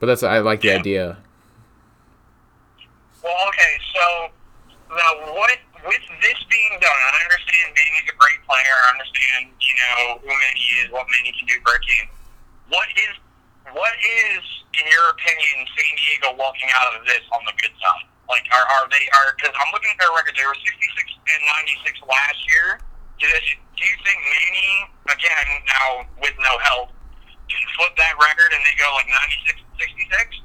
[SPEAKER 1] but that's I like the
[SPEAKER 3] Yeah.
[SPEAKER 1] idea.
[SPEAKER 3] Well, okay, so now what with this being done, I understand Manny's a great player. I understand you know who Manny is, what Manny can do for a team. What is what is in your opinion San Diego walking out of this on the good side? Like, are are they are? Because I'm looking at their record. They were 66 and 96 last year. Do, this, do you think Manny again now with no help can flip that record and they go like 96 66?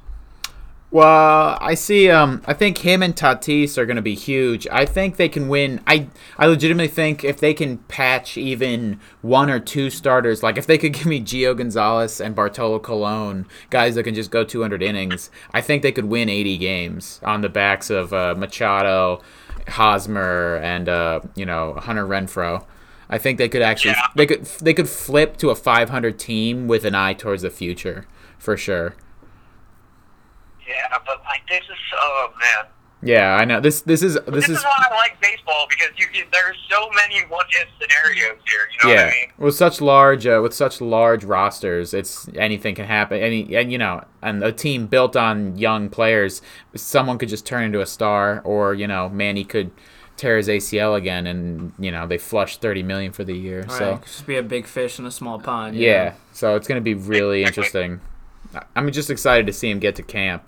[SPEAKER 1] Well, I see. Um, I think him and Tatis are going to be huge. I think they can win. I I legitimately think if they can patch even one or two starters, like if they could give me Gio Gonzalez and Bartolo Colon, guys that can just go 200 innings, I think they could win 80 games on the backs of uh, Machado, Hosmer, and uh, you know Hunter Renfro. I think they could actually
[SPEAKER 3] Yeah.
[SPEAKER 1] they could they could flip to a 500 team with an eye towards the future for sure.
[SPEAKER 3] Yeah, but like this is oh man.
[SPEAKER 1] Yeah, I know. This this is
[SPEAKER 3] This,
[SPEAKER 1] this
[SPEAKER 3] is,
[SPEAKER 1] is
[SPEAKER 3] why I like baseball because you can, there's so many what if scenarios here. You know
[SPEAKER 1] yeah.
[SPEAKER 3] what I mean?
[SPEAKER 1] With such large uh, with such large rosters, it's anything can happen. Any and you know, and a team built on young players, someone could just turn into a star, or you know, Manny could tear his ACL again, and you know they flush thirty million for the year.
[SPEAKER 2] Right.
[SPEAKER 1] so
[SPEAKER 2] Could Just be a big fish in a small pond. you
[SPEAKER 1] yeah.
[SPEAKER 2] know?
[SPEAKER 1] so it's gonna be really interesting. I- I'm just excited to see him get to camp.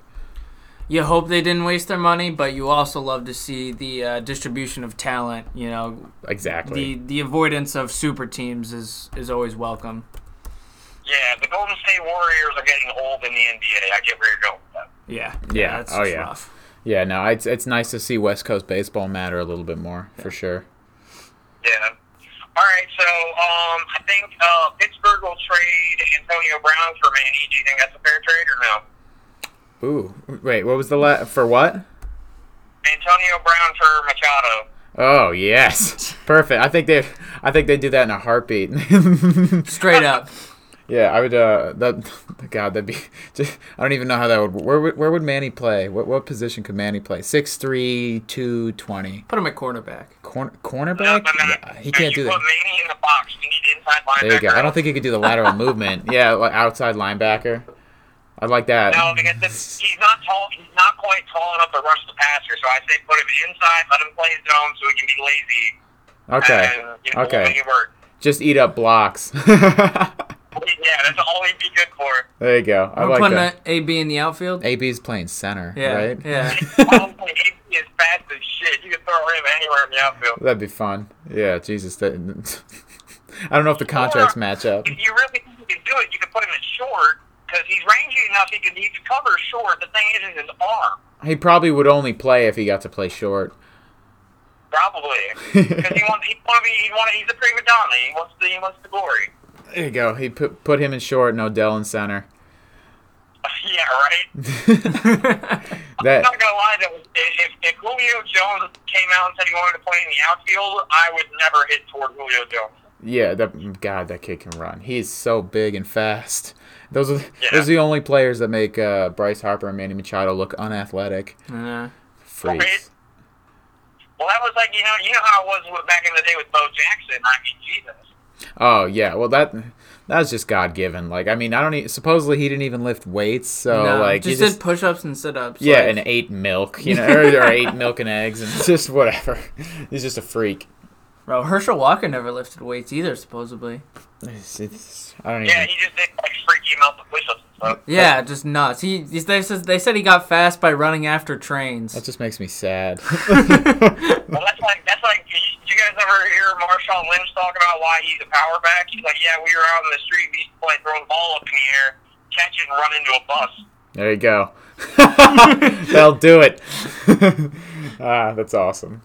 [SPEAKER 2] You hope they didn't waste their money, but you also love to see the uh, distribution of talent. You know,
[SPEAKER 1] Exactly.
[SPEAKER 2] the the avoidance of super teams is is always welcome.
[SPEAKER 3] Yeah, the Golden State Warriors are getting old in the NBA. I get where you're going with that.
[SPEAKER 2] Yeah.
[SPEAKER 1] Yeah.
[SPEAKER 2] That's
[SPEAKER 1] Oh, yeah.
[SPEAKER 2] rough.
[SPEAKER 1] yeah. No, it's it's nice to see West Coast baseball matter a little bit more for sure.
[SPEAKER 3] Yeah. All right, so um, I think uh, Pittsburgh will trade Antonio Brown for Manny. Do you think that's a fair trade or no?
[SPEAKER 1] Ooh, wait. What was the la- for what?
[SPEAKER 3] Antonio Brown for Machado.
[SPEAKER 1] Oh yes, perfect. I think they, I think they do that in a heartbeat.
[SPEAKER 2] Straight up.
[SPEAKER 1] yeah, I would. Uh, that, God, that'd be. Just, I don't even know how that would. Where would where would Manny play? What what position could Manny play? Six three two twenty.
[SPEAKER 2] Put him at cornerback.
[SPEAKER 1] Corner
[SPEAKER 3] No,
[SPEAKER 1] cornerback?
[SPEAKER 3] but then
[SPEAKER 1] Yeah, he can't
[SPEAKER 3] you
[SPEAKER 1] do
[SPEAKER 3] put
[SPEAKER 1] that.
[SPEAKER 3] Manny in the box. You need inside linebacker.
[SPEAKER 1] There you go. I don't think he could do the lateral movement. Yeah, like outside linebacker. I like that.
[SPEAKER 3] No, because this, he's not tall. He's not quite tall enough to rush the passer. So I say put him inside, let him play his own, so he can be lazy.
[SPEAKER 1] Okay.
[SPEAKER 3] And, uh, you know, make
[SPEAKER 1] Okay.
[SPEAKER 3] it work.
[SPEAKER 1] Just eat up blocks.
[SPEAKER 3] Yeah, that's all he'd be good for.
[SPEAKER 1] there you go. I
[SPEAKER 2] We're
[SPEAKER 1] like
[SPEAKER 2] putting
[SPEAKER 1] that.
[SPEAKER 2] a AB in the outfield.
[SPEAKER 1] AB's playing center,
[SPEAKER 2] yeah.
[SPEAKER 1] right?
[SPEAKER 2] Yeah.
[SPEAKER 3] Honestly, he is fast as shit. You can throw him anywhere in the outfield.
[SPEAKER 1] That'd be fun. Yeah, Jesus. That, I don't know if the contracts match up.
[SPEAKER 3] If you really think you can do it, you can put him in short because he's rangy enough. He can he can cover short. The thing is, is his arm
[SPEAKER 1] He probably would only play if he got to play short.
[SPEAKER 3] probably because he wants he want to be he want he's a prima donna. He wants the he wants the glory.
[SPEAKER 1] There you go. He put put him in short and Odell in center.
[SPEAKER 3] yeah, right. I'm
[SPEAKER 1] That
[SPEAKER 3] not gonna lie though. If, if Julio Jones came out and said he wanted to play in the outfield, I would never hit toward Julio Jones.
[SPEAKER 1] yeah. That God, that kid can run. He's so big and fast. Those are
[SPEAKER 3] Yeah.
[SPEAKER 1] those are the only players that make uh, Bryce Harper and Manny Machado look unathletic.
[SPEAKER 2] Uh,
[SPEAKER 1] Freaks.
[SPEAKER 3] Well, that was like you know you know how it was with- back in the day with Bo Jackson. I mean, Jesus.
[SPEAKER 1] Oh yeah. Well that. That's just God given. Like I mean, I don't. E- supposedly he didn't even lift weights, so
[SPEAKER 2] no,
[SPEAKER 1] like you
[SPEAKER 2] just, did push ups and sit ups.
[SPEAKER 1] Yeah, and ate milk, you know, or, or ate milk and eggs, and just whatever. He's just a freak.
[SPEAKER 2] Bro, Herschel Walker never lifted weights either, supposedly.
[SPEAKER 1] It's, it's, I don't even.
[SPEAKER 3] Yeah, he just did like freaky him out with push-ups and stuff.
[SPEAKER 2] Yeah, just nuts. He, he they says they said he got fast by running after trains.
[SPEAKER 1] that just makes me sad.
[SPEAKER 3] Well, that's like that's like you, you guys ever hear Marshawn Lynch talk about why he's a power back? He's like, yeah, we were out in the street, we used to play throwing the ball up in the air, catch it, and run into a bus.
[SPEAKER 1] There you go. That'll do it. ah, that's awesome.